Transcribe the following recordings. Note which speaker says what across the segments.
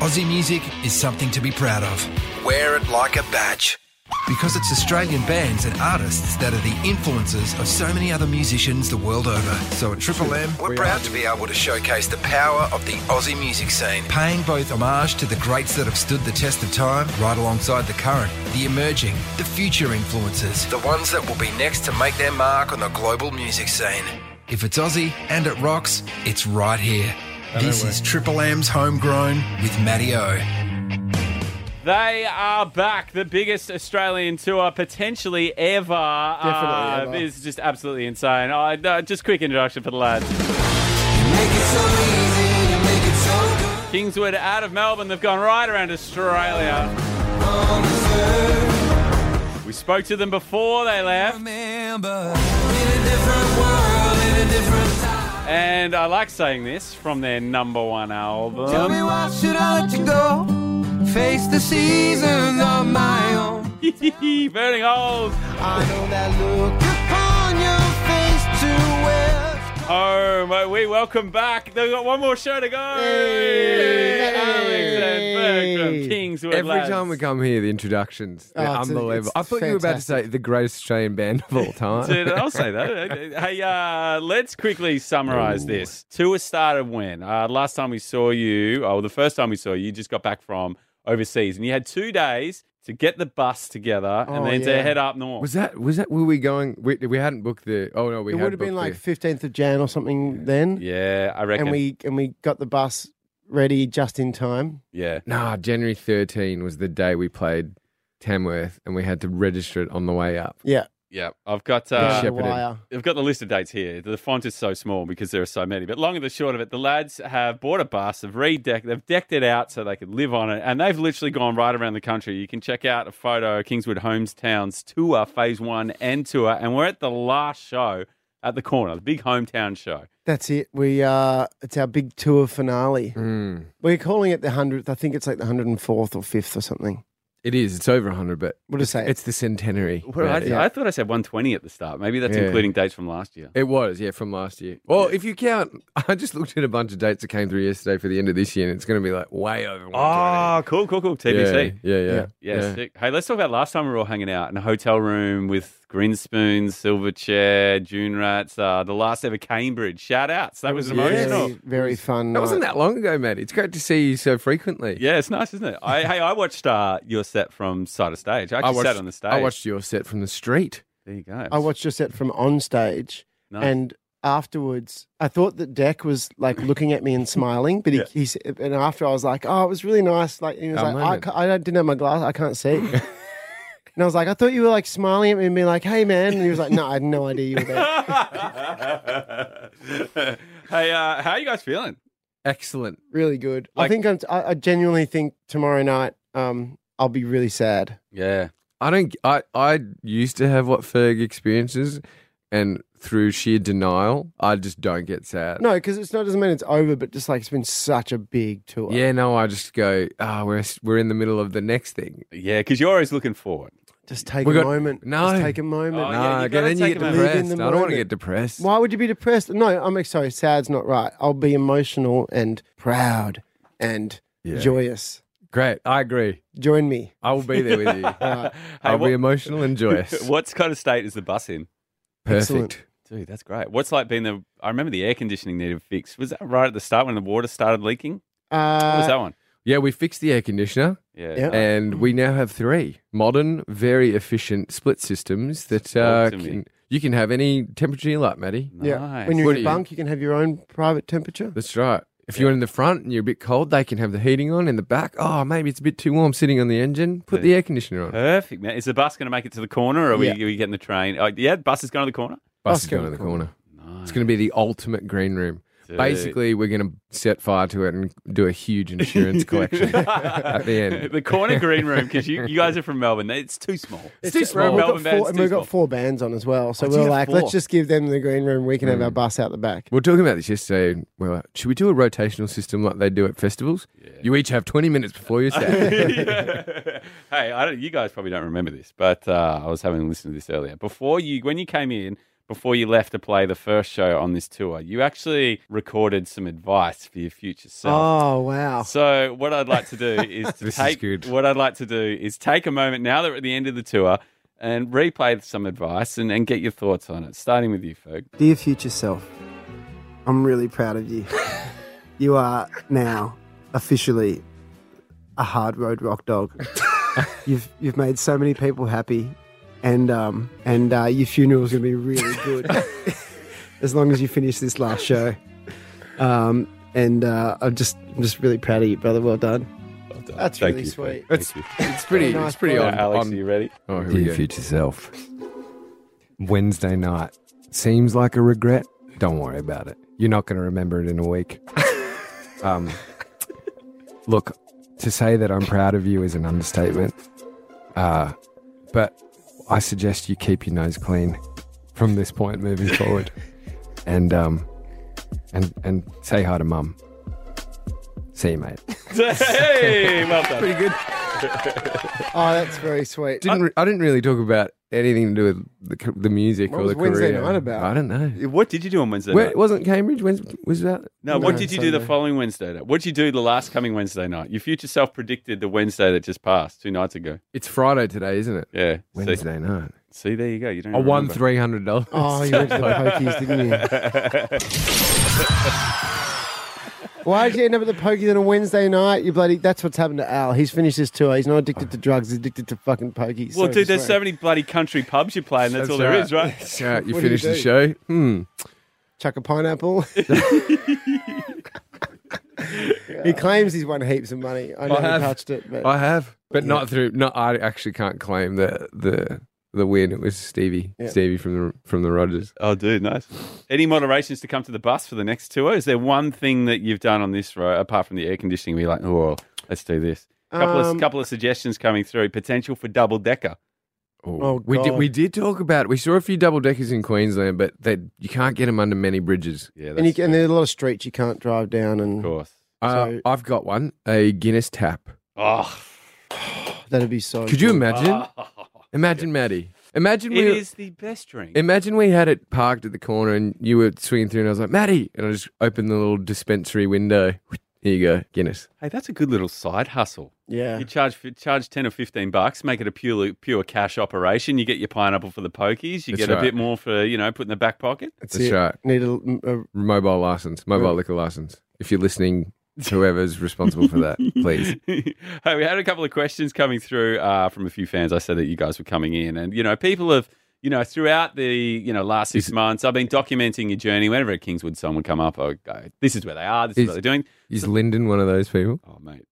Speaker 1: Aussie music is something to be proud of. Wear it like a badge. Because it's Australian bands and artists that are the influences of so many other musicians the world over. So at Triple M, we're proud to be able to showcase the power of the Aussie music scene, paying both homage to the greats that have stood the test of time, right alongside the current, the emerging, the future influences, the ones that will be next to make their mark on the global music scene. If it's Aussie and it rocks, it's right here. This is Triple M's Homegrown with Matty O.
Speaker 2: They are back. The biggest Australian tour potentially ever. Uh,
Speaker 3: ever.
Speaker 2: This is just absolutely insane. Oh, no, just quick introduction for the lads. Kingswood out of Melbourne. They've gone right around Australia. We spoke to them before they left. And I like saying this from their number one album.
Speaker 4: why should I let you go? Face the seasons on my own.
Speaker 2: Burning holes.
Speaker 4: I know that look upon your face too well.
Speaker 2: home. Uh, We welcome back. They've got one more show to go.
Speaker 3: Hey.
Speaker 2: Alex and Berg from
Speaker 5: Hey.
Speaker 2: Kingswood.
Speaker 5: Every
Speaker 2: lads.
Speaker 5: time we come here, the introductions, they're
Speaker 3: Oh, it's a-
Speaker 5: unbelievable. I
Speaker 3: it's
Speaker 5: thought you were about to say
Speaker 3: fantastic.
Speaker 5: the greatest Australian band of all time.
Speaker 2: Dude, I'll say that. Hey, uh, let's quickly summarize this. Tour started when? Uh, last time we saw you, oh, the first time we saw you, you just got back from overseas and you had two days to get the bus together
Speaker 3: Oh,
Speaker 2: and then
Speaker 3: yeah.
Speaker 2: to head up north.
Speaker 5: was that? Was that? Were we going? We, we hadn't booked the. Oh no, we.
Speaker 3: It
Speaker 5: had
Speaker 3: would have been
Speaker 5: booked
Speaker 3: like
Speaker 5: the-
Speaker 3: fifteenth of Jan or something then,
Speaker 2: yeah, I reckon.
Speaker 3: and we and we got the bus ready just in time.
Speaker 2: yeah.
Speaker 5: Nah, January 13 was the day we played Tamworth, and we had to register it on the way up.
Speaker 3: Yeah,
Speaker 2: Yeah. I've got
Speaker 3: down
Speaker 2: uh,
Speaker 3: the
Speaker 5: shepherded.
Speaker 3: wire.
Speaker 2: I've got the list of dates here. The font is so small because there are so many. But long and the short of it, the lads have bought a bus, have redecked, they've decked it out so they could live on it, and they've literally gone right around the country. You can check out a photo of Kingswood Hometowns tour, phase one and tour, and we're at the last show at the corner, the big hometown show.
Speaker 3: That's it. We uh, it's our big tour finale.
Speaker 5: Mm.
Speaker 3: We're calling it the hundredth. I think it's like the hundred and fourth or fifth or something.
Speaker 5: It is. It's over 100, but
Speaker 3: What do you say?
Speaker 5: it's the centenary.
Speaker 2: What I,
Speaker 5: Yeah.
Speaker 2: I thought I said 120 at the start. Maybe that's
Speaker 5: Yeah.
Speaker 2: including dates from last year.
Speaker 5: It was, yeah, from last year. Well, if you count, I just looked at a bunch of dates that came through yesterday for the end of this year, and it's going to be like way over.
Speaker 3: Ah,
Speaker 5: 120.
Speaker 2: Oh, cool, cool, cool. TBC.
Speaker 5: Yeah, yeah, yeah.
Speaker 3: Yeah.
Speaker 2: Yeah,
Speaker 5: Yeah.
Speaker 2: sick. Hey, let's talk about last time we were all hanging out in a hotel room with Grinspoon, Silverchair, June Rats, uh, the last ever Cambridge. Shout outs. That was,
Speaker 3: very,
Speaker 2: emotional. Yeah.
Speaker 3: very fun.
Speaker 5: That wasn't
Speaker 3: night.
Speaker 5: that long ago, Matt. It's great to see you so frequently.
Speaker 2: it's nice, isn't it? I, hey, I watched uh, your set from side of stage. I
Speaker 5: I
Speaker 2: actually
Speaker 5: watched,
Speaker 2: sat on the stage.
Speaker 5: I watched your set from the street.
Speaker 2: There you go.
Speaker 3: I watched your set from on stage,
Speaker 2: Nice.
Speaker 3: and afterwards, I thought that Deck was like looking at me and smiling, but he,
Speaker 2: Yeah.
Speaker 3: he s- and after I was like, "Oh, it was really nice." Like he was like,
Speaker 5: Our
Speaker 3: I,
Speaker 5: moment.
Speaker 3: ca- "I don't- didn't have my glass, I can't see." and I was like, "I thought you were like smiling at me and being like, hey, man," and he was like, "No, I had no idea you were there."
Speaker 2: hey, uh, how are you guys feeling?
Speaker 5: Excellent.
Speaker 3: really good. I
Speaker 2: Like-
Speaker 3: think I'm. I, I genuinely think tomorrow night, um, I'll be really sad.
Speaker 2: Yeah.
Speaker 5: I don't. I I used to have what Ferg experiences, and through sheer denial, I just don't get sad.
Speaker 3: No, because it's not doesn't mean it's over, but just like it's been such a big tour.
Speaker 5: Yeah, no. I just go. Ah, we're we're in the middle of the next thing.
Speaker 2: Yeah, because you're always looking forward.
Speaker 3: just take
Speaker 5: We
Speaker 3: a
Speaker 5: got-
Speaker 3: moment.
Speaker 5: No.
Speaker 3: just take a moment.
Speaker 2: Oh,
Speaker 5: No,
Speaker 2: yeah, you
Speaker 5: okay,
Speaker 2: gotta
Speaker 5: then you
Speaker 2: take
Speaker 5: get
Speaker 2: a moment.
Speaker 3: Live in
Speaker 5: depressed.
Speaker 3: the
Speaker 5: I don't want
Speaker 3: moment.
Speaker 5: to get depressed.
Speaker 3: Why would you be depressed? No, I'm sorry. Sad's not right. I'll be emotional and proud and
Speaker 5: Yeah.
Speaker 3: joyous.
Speaker 5: Great. I agree.
Speaker 3: Join me.
Speaker 5: I will be there with you.
Speaker 2: hey,
Speaker 5: I'll
Speaker 2: what,
Speaker 5: be emotional and joyous.
Speaker 2: what kind of state is the bus in?
Speaker 3: Excellent.
Speaker 5: Perfect.
Speaker 2: Dude, that's great. What's like being the? I remember the air conditioning needed fixed. Was that right at the start when the water started leaking? What was
Speaker 3: Uh,
Speaker 2: that one?
Speaker 5: Yeah, we fixed the air conditioner,
Speaker 2: Yeah.
Speaker 3: yeah.
Speaker 5: and we now have three modern, very efficient split systems that
Speaker 2: Talk
Speaker 5: uh,
Speaker 2: to me.
Speaker 5: can, you can have any temperature you like, Maddie.
Speaker 3: yeah.
Speaker 2: Nice.
Speaker 3: When you're in
Speaker 5: What are
Speaker 3: a
Speaker 5: you?
Speaker 3: bunk, you can have your own private temperature.
Speaker 5: That's right. If you're in the front and you're a bit cold, they can have the heating on in the back. Oh, maybe it's a bit too warm sitting on the engine. Put the air conditioner on.
Speaker 2: Perfect, man. Is the bus going to make it to the corner, or are,
Speaker 3: Yeah.
Speaker 2: we, are we getting the train? Oh, yeah, the bus is going to the corner.
Speaker 5: Bus is
Speaker 3: Bus go
Speaker 5: going
Speaker 3: to
Speaker 5: to
Speaker 3: the
Speaker 5: the corner. It's going to be the ultimate green room.
Speaker 2: Dude.
Speaker 5: Basically, we're going to set fire to it and do a huge insurance collection at the end.
Speaker 2: the corner green room because you, you guys are from Melbourne. It's too small.
Speaker 5: too
Speaker 3: Well,
Speaker 5: small.
Speaker 2: Melbourne band's
Speaker 3: we've got four, and
Speaker 2: too
Speaker 3: we've
Speaker 2: small.
Speaker 3: got four bands on as well. So
Speaker 2: Oh, do you
Speaker 3: we're
Speaker 2: have
Speaker 3: like,
Speaker 2: four?
Speaker 3: let's just give them the green room. We can have our bus out the back.
Speaker 5: We are talking about this yesterday. and We were like, should we do a rotational system like they do at festivals? You each have 20 minutes before your set.
Speaker 2: hey, I don't, you guys probably don't remember this, but uh, I was having a listen to this earlier. Before you, when you came in, before you left to play the first show on this tour, you actually recorded some advice for your future self.
Speaker 3: Oh wow.
Speaker 2: So what I'd like to do is to
Speaker 5: This is
Speaker 2: take
Speaker 5: good.
Speaker 2: what I'd like to do is take a moment now that we're at the end of the tour and replay some advice and, and get your thoughts on it. Starting with you, Ferg.
Speaker 6: Dear future self, I'm really proud of you. you are now officially a hard road rock dog. you've you've made so many people happy, and um, and uh, your funeral's gonna be really good as long as you finish this last show. Um, and uh, I'm just I'm just really proud of you, brother. Well done.
Speaker 2: Well done.
Speaker 3: That's
Speaker 2: Thank
Speaker 3: really
Speaker 2: you,
Speaker 3: sweet.
Speaker 2: Ferg. Thank you.
Speaker 5: It's pretty.
Speaker 3: Nice
Speaker 5: it's pretty
Speaker 3: play.
Speaker 5: on.
Speaker 2: Now, Alex,
Speaker 5: on-
Speaker 2: are you ready?
Speaker 5: oh, here we
Speaker 7: Dear
Speaker 5: go.
Speaker 7: future self,
Speaker 5: Wednesday night seems like a regret. Don't worry about it. You're not going to remember it in a week. um, look, to say that I'm proud of you is an understatement. Uh, but I suggest you keep your nose clean from this point moving forward, and um, and and say hi to mum. See you, mate.
Speaker 2: hey, well done.
Speaker 5: Pretty good.
Speaker 3: Oh, that's very sweet.
Speaker 5: Didn't re- I didn't really talk about anything to do with the, c- the music
Speaker 3: What
Speaker 5: or
Speaker 3: was
Speaker 5: the
Speaker 3: Wednesday
Speaker 5: career.
Speaker 3: night about?
Speaker 5: I don't know.
Speaker 2: What did you do on Wednesday?
Speaker 5: Where,
Speaker 2: night?
Speaker 5: it wasn't Cambridge. When was that?
Speaker 2: No, what
Speaker 3: No,
Speaker 2: did you do the
Speaker 3: Sunday.
Speaker 2: following Wednesday night? What did you do the last coming Wednesday night? Your future self predicted the Wednesday that just passed two nights ago.
Speaker 5: It's Friday today, isn't it?
Speaker 2: Yeah. See,
Speaker 5: Wednesday night.
Speaker 2: see, there you go. You don't
Speaker 5: I won
Speaker 2: remember.
Speaker 5: three hundred dollars.
Speaker 3: Oh, you went to the pokies, didn't you? Why did you end up at the pokies on a Wednesday night? You bloody. That's what's happened to Al. He's finished his tour. He's not addicted to drugs. He's addicted to fucking pokies.
Speaker 2: Well,
Speaker 3: Sorry
Speaker 2: dude,
Speaker 3: for
Speaker 2: there's so
Speaker 3: swearing.
Speaker 2: many bloody country pubs you play, and that's,
Speaker 5: That's
Speaker 2: all there
Speaker 5: right.
Speaker 2: is, right.
Speaker 5: So, uh, you
Speaker 3: What do
Speaker 5: finish
Speaker 3: you
Speaker 5: the
Speaker 3: do?
Speaker 5: show. Hmm.
Speaker 3: Chuck a pineapple. He claims he's won heaps of money. I never
Speaker 5: have.
Speaker 3: touched it, but
Speaker 5: I have, but not through. No, I actually can't claim the the the win. It was Stevie,
Speaker 3: Yeah.
Speaker 5: Stevie from the from the Rogers.
Speaker 2: Oh, dude, nice. Any moderations to come to the bus for the next tour? Is there one thing that you've done on this row apart from the air conditioning? We're like, oh, let's do this. Couple
Speaker 3: Um,
Speaker 2: of couple of suggestions coming through. Potential for double decker.
Speaker 3: Oh,
Speaker 5: we did
Speaker 3: God.
Speaker 5: we did talk about. It. We saw a few double deckers in Queensland, but they you can't get them under many bridges.
Speaker 2: Yeah,
Speaker 3: and, you,
Speaker 2: that's
Speaker 3: can- and there's a lot of streets you can't drive down, and
Speaker 2: of course.
Speaker 5: Uh,
Speaker 3: So-
Speaker 5: I've got one, a Guinness tap.
Speaker 2: Oh,
Speaker 3: that'd be so.
Speaker 5: Could you
Speaker 3: good.
Speaker 5: imagine? Imagine Maddie. Imagine
Speaker 2: it
Speaker 5: we
Speaker 2: is the best drink.
Speaker 5: Imagine we had it parked at the corner and you were swinging through, and I was like, Maddie. And I just opened the little dispensary window. Here you go, Guinness.
Speaker 2: hey, that's a good little side hustle.
Speaker 3: Yeah.
Speaker 2: You charge f- charge ten or fifteen bucks, make it a pure pure cash operation. You get your pineapple for the pokies. You
Speaker 5: That's
Speaker 2: get a
Speaker 5: right.
Speaker 2: bit more for you know put in the back pocket.
Speaker 3: That's,
Speaker 5: That's
Speaker 3: it.
Speaker 5: right.
Speaker 3: Need a, a
Speaker 5: Mobile license, mobile liquor license. If you're listening, whoever's responsible for that, please.
Speaker 2: hey, we had a couple of questions coming through uh, from a few fans. I said that you guys were coming in, and you know people have. You know, throughout the you know last six
Speaker 5: Is-
Speaker 2: months, I've been documenting your journey. Whenever at Kingswood, someone come up, I go, "This is where they are. This is,
Speaker 5: Is-
Speaker 2: what they're doing."
Speaker 5: Is Lyndon one of those people?
Speaker 2: Oh, mate,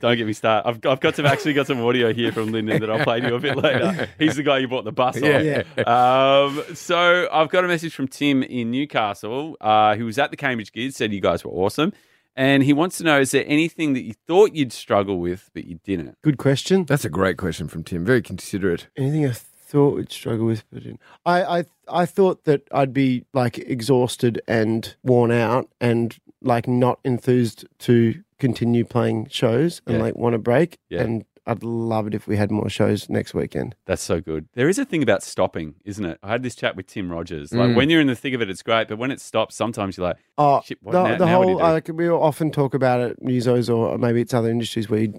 Speaker 2: don't get me started. I've, I've got some actually got some audio here from Lyndon that I'll play to you a bit later. He's the guy you bought the bus on.
Speaker 5: Yeah.
Speaker 2: um, so I've got a message from Tim in Newcastle, uh, who was at the Cambridge Gigs, said you guys were awesome. And he wants to know is there anything that you thought you'd struggle with, but you didn't?
Speaker 3: good question.
Speaker 5: That's a great question from Tim. Very considerate.
Speaker 3: Anything I thought would struggle with, but didn't. I, I, I thought that I'd be like exhausted and worn out and like not enthused to continue playing shows and
Speaker 2: Yeah.
Speaker 3: like want a break.
Speaker 2: Yeah.
Speaker 3: And I'd love it if we had more shows next weekend.
Speaker 2: That's so good. There is a thing about stopping, isn't it? I had this chat with Tim Rogers. Like
Speaker 5: Mm.
Speaker 2: when you're in the thick of it, it's great, but when it stops, sometimes you're like,
Speaker 3: Oh,
Speaker 2: Shit, what
Speaker 3: the,
Speaker 2: now-
Speaker 3: the
Speaker 2: now what do you
Speaker 3: whole,
Speaker 2: do?
Speaker 3: like, we often talk about it, musos or maybe it's other industries where you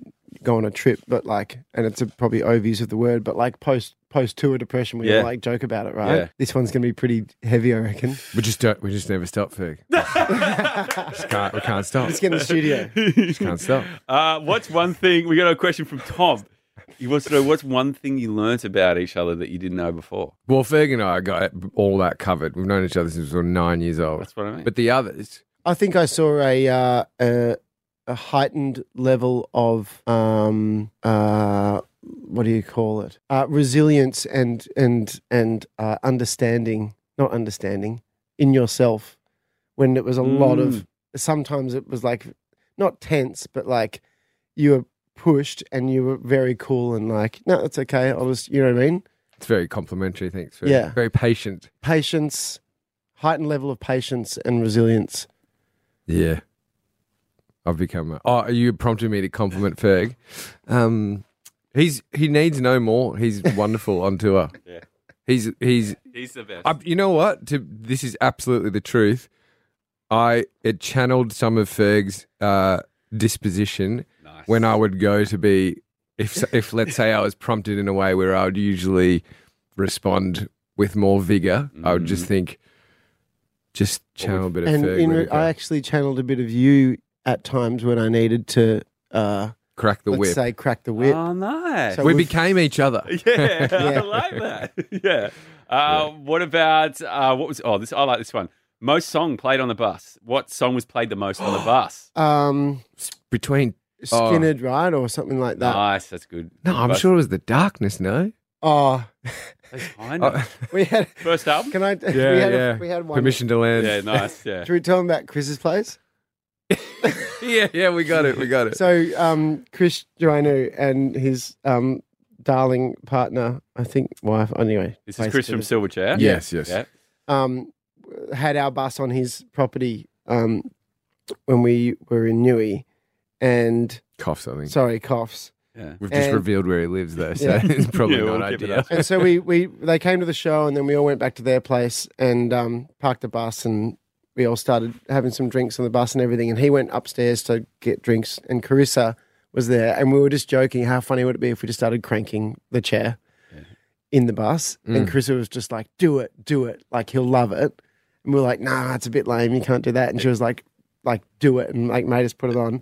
Speaker 3: go on a trip, but like, and it's a probably overuse of the word, but like post post tour depression, we
Speaker 2: Yeah.
Speaker 3: all like joke about it, right?
Speaker 2: Yeah.
Speaker 3: This one's going to be pretty heavy, I reckon.
Speaker 5: We just don't. We just never stop, Ferg. just can't. We can't stop.
Speaker 3: Let's get in the studio.
Speaker 5: Can't stop.
Speaker 2: uh, what's one thing? We got a question from Tom. He wants to know what's one thing you learnt about each other that you didn't know before?
Speaker 5: Well, Ferg and I got it- all that covered. We've known each other since we were nine years old.
Speaker 2: That's what I mean.
Speaker 5: But the others,
Speaker 3: I think I saw a uh, a, a heightened level of um uh what do you call it uh, resilience and and and uh, understanding not understanding in yourself when it was a lot of sometimes it was like not tense but like you were pushed and you were very cool and like no it's okay I'll just you know what I mean
Speaker 5: it's very complimentary. Thanks. Ferg.
Speaker 3: Yeah.
Speaker 5: Very patient.
Speaker 3: patience heightened level of patience and resilience
Speaker 5: Yeah. I've become. A, oh, you prompted me to compliment Ferg. Um, he's he needs no more. He's wonderful on tour.
Speaker 2: Yeah.
Speaker 5: He's he's
Speaker 2: He's the best.
Speaker 5: I, you know what? To, this is absolutely the truth. I it channeled some of Ferg's uh, disposition
Speaker 2: nice.
Speaker 5: when I would go to be if if let's say I was prompted in a way where I would usually respond with more vigor. I would
Speaker 2: Mm.
Speaker 5: just think, just channel a bit of
Speaker 3: and
Speaker 5: Ferg.
Speaker 3: in
Speaker 5: let
Speaker 3: re-
Speaker 5: it go.
Speaker 3: I actually channeled a bit of you at times when I needed to, uh,
Speaker 5: crack the
Speaker 3: let's
Speaker 5: whip.
Speaker 3: say, crack the whip.
Speaker 2: Oh, nice.
Speaker 3: So-
Speaker 5: we
Speaker 3: we've-
Speaker 5: became each other.
Speaker 2: yeah, I
Speaker 3: Yeah.
Speaker 2: like that. yeah. Uh, What about uh, what was? Oh, this I like this one. Most song played on the bus. What song was played the most on the bus?
Speaker 3: um,
Speaker 5: Between Oh.
Speaker 3: Skinnered, right, or something like that.
Speaker 2: Nice. That's good.
Speaker 5: no, I'm
Speaker 2: Bus-
Speaker 5: sure it was the darkness. No, Uh,
Speaker 3: oh,
Speaker 2: that's fine.
Speaker 3: we had.
Speaker 2: First album.
Speaker 3: Can I? we,
Speaker 5: Yeah,
Speaker 3: had
Speaker 5: yeah.
Speaker 3: A, we had one.
Speaker 5: permission to land.
Speaker 2: Yeah, nice. Yeah.
Speaker 3: Should we tell them about Chris's place?
Speaker 5: yeah, yeah, we got it. We got it.
Speaker 3: So um, Chris Joinu and his um, darling partner, I think wife. Anyway,
Speaker 2: This is Chris from
Speaker 3: basically,
Speaker 2: Silverchair.
Speaker 5: Yes, yes.
Speaker 2: Yeah.
Speaker 3: um, had our bus on his property um, when we were in Newey, and
Speaker 5: Cough something.
Speaker 3: sorry, coughs.
Speaker 2: Yeah.
Speaker 5: We've just
Speaker 3: And-
Speaker 5: revealed where he lives, though, so
Speaker 3: Yeah.
Speaker 5: it's probably
Speaker 2: Yeah, we'll
Speaker 5: not
Speaker 2: keep it
Speaker 5: ideal.
Speaker 2: up.
Speaker 3: And so we we they came to the show, and then we all went back to their place and um, parked the bus, and we all started having some drinks on the bus and everything. And he went upstairs to get drinks, and Carissa was there, and we were just joking how funny would it be if we just started cranking the chair in the bus, and Carissa was just like, "Do it, do it, like he'll love it," and we were like, "Nah, it's a bit lame, you can't do that," and she was like, "Like do it," and like made us put it on.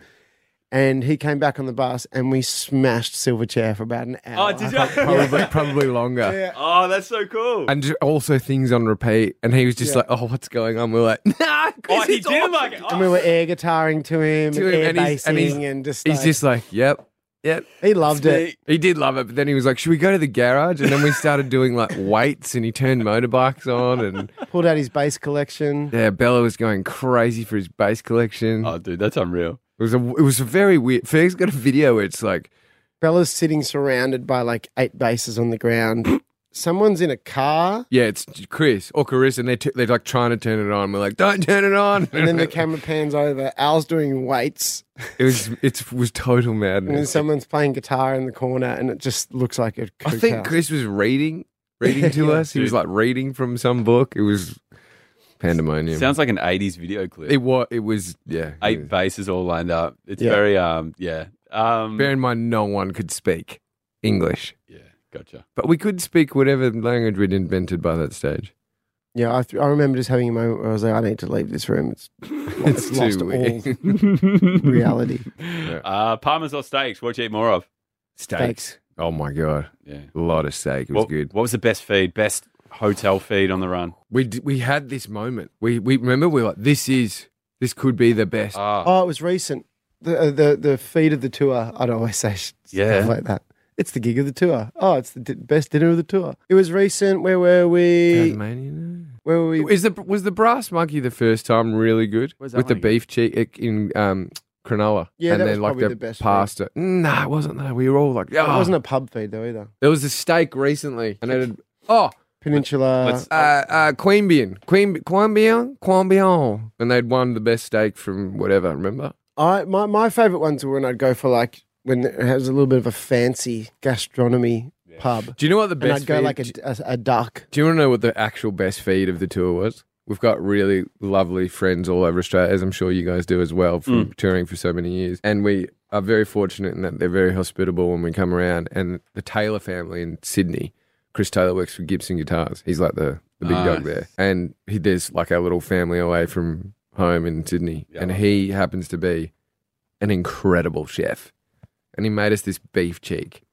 Speaker 3: And he came back on the bus, and we smashed Silverchair for about an
Speaker 2: Oh,
Speaker 3: hour.
Speaker 2: did you?
Speaker 5: Probably, probably longer.
Speaker 3: Yeah.
Speaker 2: oh, that's so cool.
Speaker 5: And ju- also things on repeat. And he was just
Speaker 3: Yeah.
Speaker 5: like, "Oh, what's going on?" We're like, "Nah,
Speaker 2: oh,
Speaker 5: Chris,
Speaker 2: he
Speaker 5: it's
Speaker 2: did
Speaker 5: awesome."
Speaker 2: like it. Oh,
Speaker 3: And we were air guitaring to him,
Speaker 5: To him,
Speaker 3: air
Speaker 5: and he's- and
Speaker 3: basing, and,
Speaker 5: he's-
Speaker 3: just
Speaker 5: He's
Speaker 3: like-
Speaker 5: just like, "Yep, yep."
Speaker 3: he loved it.
Speaker 5: He did love it, but then he was like, "Should we go to the garage?" And then we started doing like weights, and he turned motorbikes on, and
Speaker 3: Pulled out his bass collection.
Speaker 5: yeah, Bella was going crazy for his bass collection.
Speaker 2: oh, dude, that's unreal.
Speaker 5: It was a, it was a very weird. Ferg's got a video where it's like,
Speaker 3: Bella's sitting surrounded by like eight basses on the ground. Someone's in a car,
Speaker 5: yeah, it's Chris or Chris, and they t- they're like trying to turn it on. We're like, "Don't turn it on!"
Speaker 3: and then the camera pans over. Al's doing weights,
Speaker 5: It was it was total
Speaker 3: and then
Speaker 5: madness.
Speaker 3: someone's playing guitar in the corner, and it just looks like a.
Speaker 5: I
Speaker 3: kook
Speaker 5: think
Speaker 3: house.
Speaker 5: Chris was reading reading to us. He was like reading from some book. It was pandemonium.
Speaker 2: Sounds like an '80s video clip.
Speaker 5: it was it was yeah. it
Speaker 2: Eight
Speaker 5: was-
Speaker 2: bases all lined up. It's
Speaker 3: Yeah.
Speaker 2: very um yeah um
Speaker 5: Bear in mind, no one could speak English,
Speaker 2: yeah gotcha.
Speaker 5: but we could speak whatever language we'd invented by that stage.
Speaker 3: Yeah, I, th- I remember just having a moment where I was like, I need to leave this room. It's
Speaker 5: It's
Speaker 3: lost
Speaker 5: too
Speaker 3: all
Speaker 5: weird.
Speaker 3: reality.
Speaker 2: Uh, Parmesan or steaks? What would you eat more of?
Speaker 5: Steaks. Oh my god,
Speaker 2: Yeah,
Speaker 5: a lot of steak. It was
Speaker 2: what,
Speaker 5: good.
Speaker 2: What was the best feed? Best hotel feed on the run?
Speaker 5: We d- we had this moment. We we remember we were like this is this could be the best.
Speaker 2: Ah,
Speaker 3: Oh, it was recent. The uh, the the feed of the tour. I'd always say sh-
Speaker 2: Yeah.
Speaker 3: stuff like that. It's the gig of the tour. Oh, it's the di- best dinner of the tour. It was recent. Where were we?
Speaker 5: Tasmania, no?
Speaker 3: Where were we?
Speaker 5: Is the was the brass monkey the first time really good
Speaker 2: Where's that
Speaker 5: with the
Speaker 2: one again?
Speaker 5: beef cheek it- in um, Cronulla?
Speaker 3: Yeah,
Speaker 5: and
Speaker 3: that
Speaker 5: then
Speaker 3: was
Speaker 5: like
Speaker 3: probably the best
Speaker 5: pasta. Nah, it wasn't that. We were all like,
Speaker 3: It
Speaker 5: oh.
Speaker 3: wasn't a pub feed though either.
Speaker 5: There was a steak recently, and it had, oh,
Speaker 3: Peninsula.
Speaker 2: let's-
Speaker 5: uh, uh, Queen Bean, Queen Queen Bean, Queen Bean, and they'd won the best steak from whatever. Remember?
Speaker 3: I my my favorite ones were when I'd go for like when it has a little bit of a fancy gastronomy pub,
Speaker 5: Do you know what the
Speaker 3: and
Speaker 5: best?
Speaker 3: I'd go
Speaker 5: feed-
Speaker 3: like a,
Speaker 5: do,
Speaker 3: a, a duck.
Speaker 5: do you want to know what the actual best feed of the tour was? We've got really lovely friends all over Australia, as I'm sure you guys do as well, from
Speaker 2: Mm.
Speaker 5: touring for so many years. And we are very fortunate in that they're very hospitable when we come around. And the Taylor family in Sydney, Chris Taylor works for Gibson Guitars. He's like the, the big
Speaker 2: Nice.
Speaker 5: dog there. And he, there's like our little family away from home in Sydney.
Speaker 2: Yeah, I
Speaker 5: and
Speaker 2: love
Speaker 5: he happens to be an incredible chef. And he made us this beef cheek.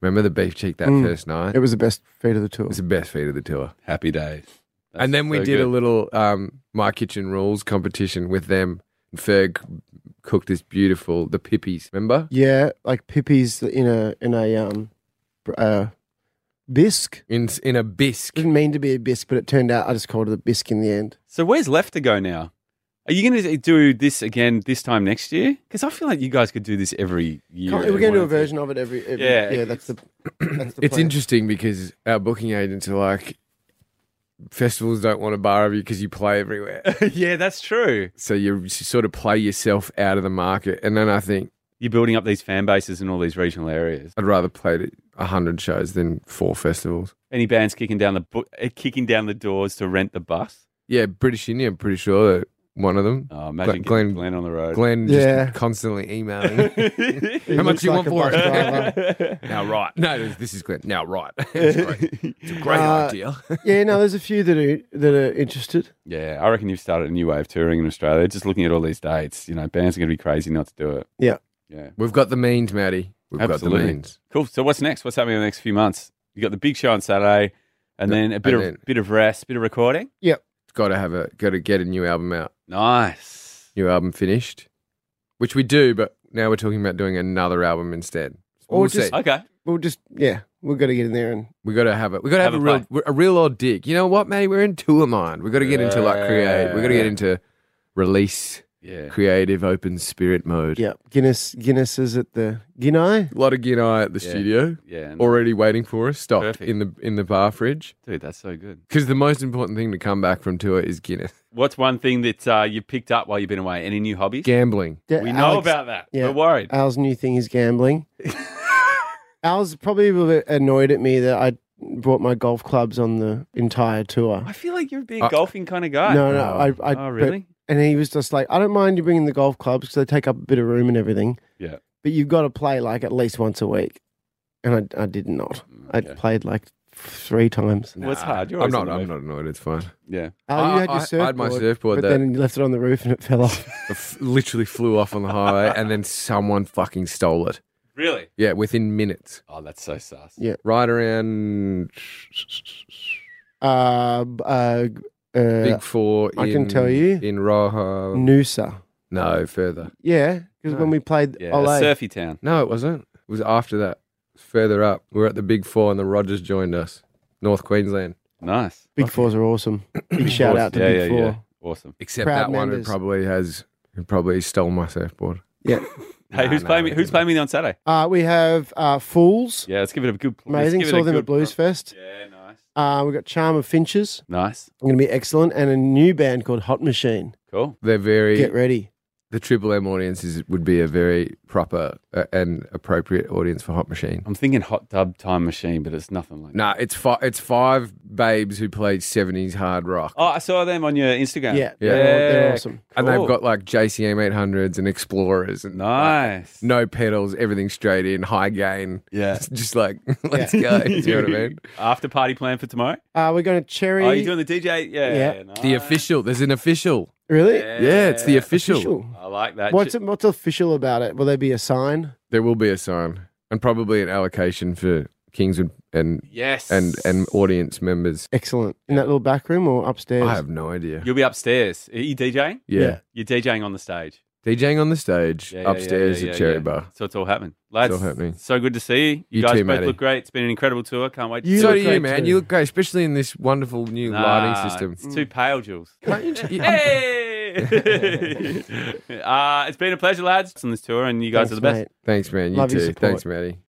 Speaker 5: Remember the beef cheek that
Speaker 3: Mm.
Speaker 5: first night?
Speaker 3: It was the best feed of the tour.
Speaker 5: It's the best feed of the tour
Speaker 2: happy days. That's
Speaker 5: and then we
Speaker 2: so
Speaker 5: did a
Speaker 2: good.
Speaker 5: little um, my kitchen rules competition with them. And Ferg cooked this beautiful the pippies. Remember?
Speaker 3: Yeah, like Pippi's in a in a um br- uh, bisque.
Speaker 5: In in a bisque.
Speaker 3: Didn't mean to be a bisque, but it turned out I just called it a bisque in the end.
Speaker 2: So where's left to go now? Are you going to do this again this time next year? Because I feel like you guys could do this every year.
Speaker 3: Can't- we're going to do a version of it every. every
Speaker 2: Yeah,
Speaker 3: yeah, that's the. That's the
Speaker 5: It's
Speaker 3: plan.
Speaker 5: interesting because our booking agents are like, festivals don't want a bar of you because you play everywhere.
Speaker 2: yeah, that's true.
Speaker 5: so you sort of play yourself out of the market. And then I think
Speaker 2: You're building up these fan bases in all these regional areas.
Speaker 5: I'd rather play to hundred shows than four festivals.
Speaker 2: Any bands kicking down the bu- eh, kicking down the doors to rent the bus?
Speaker 5: Yeah, British India, I'm pretty sure that one of them.
Speaker 2: Oh, imagine
Speaker 5: Glenn-
Speaker 2: Glenn, Glenn on the road.
Speaker 5: Glenn
Speaker 3: Yeah.
Speaker 5: just constantly emailing. How much
Speaker 3: looks
Speaker 5: do you
Speaker 3: like
Speaker 5: want
Speaker 3: a
Speaker 5: for
Speaker 3: bus driver.
Speaker 5: it?
Speaker 2: now right.
Speaker 5: no, this- this is Glenn. Now, right. it's great. It's a great
Speaker 3: Uh,
Speaker 5: idea.
Speaker 3: yeah, no, there's a few that are that are interested.
Speaker 2: Yeah, I reckon you've started a new way of touring in Australia. Just looking at all these dates, you know, bands are going to be crazy not to do it.
Speaker 3: Yeah.
Speaker 2: Yeah.
Speaker 5: We've got the means, Maddie. We've got
Speaker 2: Absolutely.
Speaker 5: the means.
Speaker 2: Cool. So what's next? What's happening in the next few months? You got the big show on Saturday, and
Speaker 5: Yeah,
Speaker 2: then a bit of
Speaker 5: and then-
Speaker 2: bit of rest, bit of recording.
Speaker 5: Got to have a got to get a new album out.
Speaker 2: Nice.
Speaker 5: New album finished, which we do, but now we're talking about doing another album instead.
Speaker 3: Or
Speaker 5: We'll
Speaker 3: just-
Speaker 5: see.
Speaker 2: Okay.
Speaker 3: We'll just yeah, we've got to get in there and
Speaker 5: We got to have it. We got to
Speaker 2: Have
Speaker 5: have,
Speaker 2: a
Speaker 5: a real, a real old dig. You know what, mate? We're in tour mind. We got to get into like create. We got to
Speaker 2: Yeah.
Speaker 5: get into release,
Speaker 2: Yeah.
Speaker 5: creative, open spirit mode.
Speaker 3: yeah, Guinness Guinness is at the Guinea.
Speaker 5: A lot of Guinea at the
Speaker 2: Yeah.
Speaker 5: studio
Speaker 2: Yeah. Or
Speaker 5: already waiting for us, stocked
Speaker 2: Perfect.
Speaker 5: in the in the bar fridge.
Speaker 2: dude, that's so good.
Speaker 5: Because the most important thing to come back from tour is Guinness.
Speaker 2: What's one thing that uh, you picked up while you've been away? Any new hobbies?
Speaker 5: Gambling.
Speaker 3: Yeah,
Speaker 2: we know
Speaker 3: Alex-
Speaker 2: about that.
Speaker 3: yeah. Uh,
Speaker 2: We're worried.
Speaker 3: Al's new thing is gambling. Al's probably a little bit annoyed at me that I brought my golf clubs on the entire tour.
Speaker 2: I feel like you're a big
Speaker 5: Uh,
Speaker 2: golfing kind of guy.
Speaker 3: No, no, I, I
Speaker 2: oh,
Speaker 3: but-
Speaker 2: really?
Speaker 3: and he was just like, I don't mind you bringing the golf clubs because they take up a bit of room and everything.
Speaker 2: Yeah.
Speaker 3: but you've got to play like at least once a week, and I, I did not. I
Speaker 2: Okay.
Speaker 3: played like three times.
Speaker 2: Well, it's hard. You're
Speaker 5: I'm
Speaker 2: always
Speaker 5: not.
Speaker 2: on the
Speaker 5: I'm not annoyed. It's fine.
Speaker 2: Yeah.
Speaker 3: Al, Oh, you
Speaker 5: I-
Speaker 3: had your
Speaker 5: I- I
Speaker 3: surfboard,
Speaker 5: had my surfboard
Speaker 3: but
Speaker 5: that-
Speaker 3: then you left it on the roof and it fell off.
Speaker 5: F- literally flew off on the highway, and then someone fucking stole it.
Speaker 2: Really?
Speaker 5: Yeah, within minutes.
Speaker 2: Oh, that's so sus.
Speaker 3: Yeah.
Speaker 5: Right around
Speaker 3: Uh, b- uh, uh,
Speaker 5: Big Four.
Speaker 3: I can
Speaker 5: in-
Speaker 3: tell you.
Speaker 5: in Rojo.
Speaker 3: Noosa.
Speaker 5: No, further.
Speaker 3: Yeah, because when we played
Speaker 2: Yeah.
Speaker 3: Olay,
Speaker 2: a surfy town.
Speaker 5: No, it wasn't. It was after that. Further up, we were at the Big Four, and the Rogers joined us. North Queensland.
Speaker 2: Nice.
Speaker 3: Big Fours are awesome. Big shout out to
Speaker 2: yeah,
Speaker 3: Big
Speaker 2: yeah,
Speaker 3: Four.
Speaker 2: yeah. Awesome.
Speaker 5: Except
Speaker 3: Proud
Speaker 5: that one who
Speaker 3: members.
Speaker 5: probably has, who probably stole my surfboard.
Speaker 2: Hey,
Speaker 5: Nah,
Speaker 2: who's
Speaker 5: nah,
Speaker 2: playing? me?
Speaker 5: we
Speaker 2: Who's
Speaker 5: didn't.
Speaker 2: playing me on Saturday?
Speaker 3: Uh, we have uh, Fools.
Speaker 2: Yeah, let's give it a good. let's
Speaker 3: Amazing.
Speaker 2: give it
Speaker 3: Saw
Speaker 2: a
Speaker 3: them
Speaker 2: good
Speaker 3: at Blues Fest.
Speaker 2: Yeah, nice.
Speaker 3: Uh, we've got Charm of Finches.
Speaker 2: Nice.
Speaker 3: going to be excellent. And a new band called Hot Machine.
Speaker 2: Cool.
Speaker 5: They're very
Speaker 3: Get ready.
Speaker 5: the Triple M audience is, would be a very proper uh, and appropriate audience for Hot Machine.
Speaker 2: I'm thinking hot tub time machine, but it's nothing like. that.
Speaker 5: Nah, it's fi- it's five babes who played seventies hard rock,
Speaker 2: Oh, I saw them on your
Speaker 3: Yeah,
Speaker 2: Instagram.
Speaker 3: They're, they're awesome.
Speaker 5: and they've
Speaker 2: cool.
Speaker 5: got like JCM eight hundreds and Explorers and like,
Speaker 2: Nice.
Speaker 5: no pedals, everything straight in, high gain.
Speaker 2: Yeah.
Speaker 5: It's just like let's go. you know what I mean?
Speaker 2: After party plan for tomorrow?
Speaker 3: Uh, we're going to Cherry.
Speaker 2: Oh, you doing the DJ? Yeah.
Speaker 3: Yeah.
Speaker 2: nice.
Speaker 5: The official. There's an official.
Speaker 3: really?
Speaker 2: Yeah.
Speaker 5: Yeah, it's the official.
Speaker 3: Official.
Speaker 2: I like that.
Speaker 3: What's, it, what's official about it? Will there be a sign?
Speaker 5: There will be a sign and probably an allocation for Kingswood and
Speaker 2: Yes.
Speaker 5: and and audience members.
Speaker 3: Excellent. In that little back room or upstairs?
Speaker 5: I have no idea.
Speaker 2: You'll be upstairs. Are you DJing?
Speaker 5: Yeah.
Speaker 2: You're DJing on the stage.
Speaker 5: DJing on the stage
Speaker 2: Yeah, yeah, yeah,
Speaker 5: upstairs
Speaker 2: yeah, yeah,
Speaker 5: at Cherry
Speaker 2: yeah.
Speaker 5: Bar.
Speaker 2: So it's all happening. Lads,
Speaker 5: all happening.
Speaker 2: so good to see you. You,
Speaker 5: You
Speaker 2: guys
Speaker 5: too,
Speaker 2: both
Speaker 5: Matty.
Speaker 2: look great. It's been an incredible tour. Can't wait to
Speaker 3: You
Speaker 2: see
Speaker 5: so
Speaker 3: look
Speaker 5: do you,
Speaker 3: great
Speaker 5: man.
Speaker 3: too.
Speaker 5: You look great, especially in this wonderful new
Speaker 2: Nah,
Speaker 5: lighting system.
Speaker 2: It's too pale, Jules.
Speaker 5: Can't you- you-
Speaker 2: Hey! uh, it's been a pleasure, lads, on this tour, and you guys
Speaker 3: Thanks,
Speaker 2: are the best.
Speaker 3: mate.
Speaker 5: Thanks, man. You
Speaker 3: Love your
Speaker 5: too.
Speaker 3: support.
Speaker 5: Thanks, Maddie.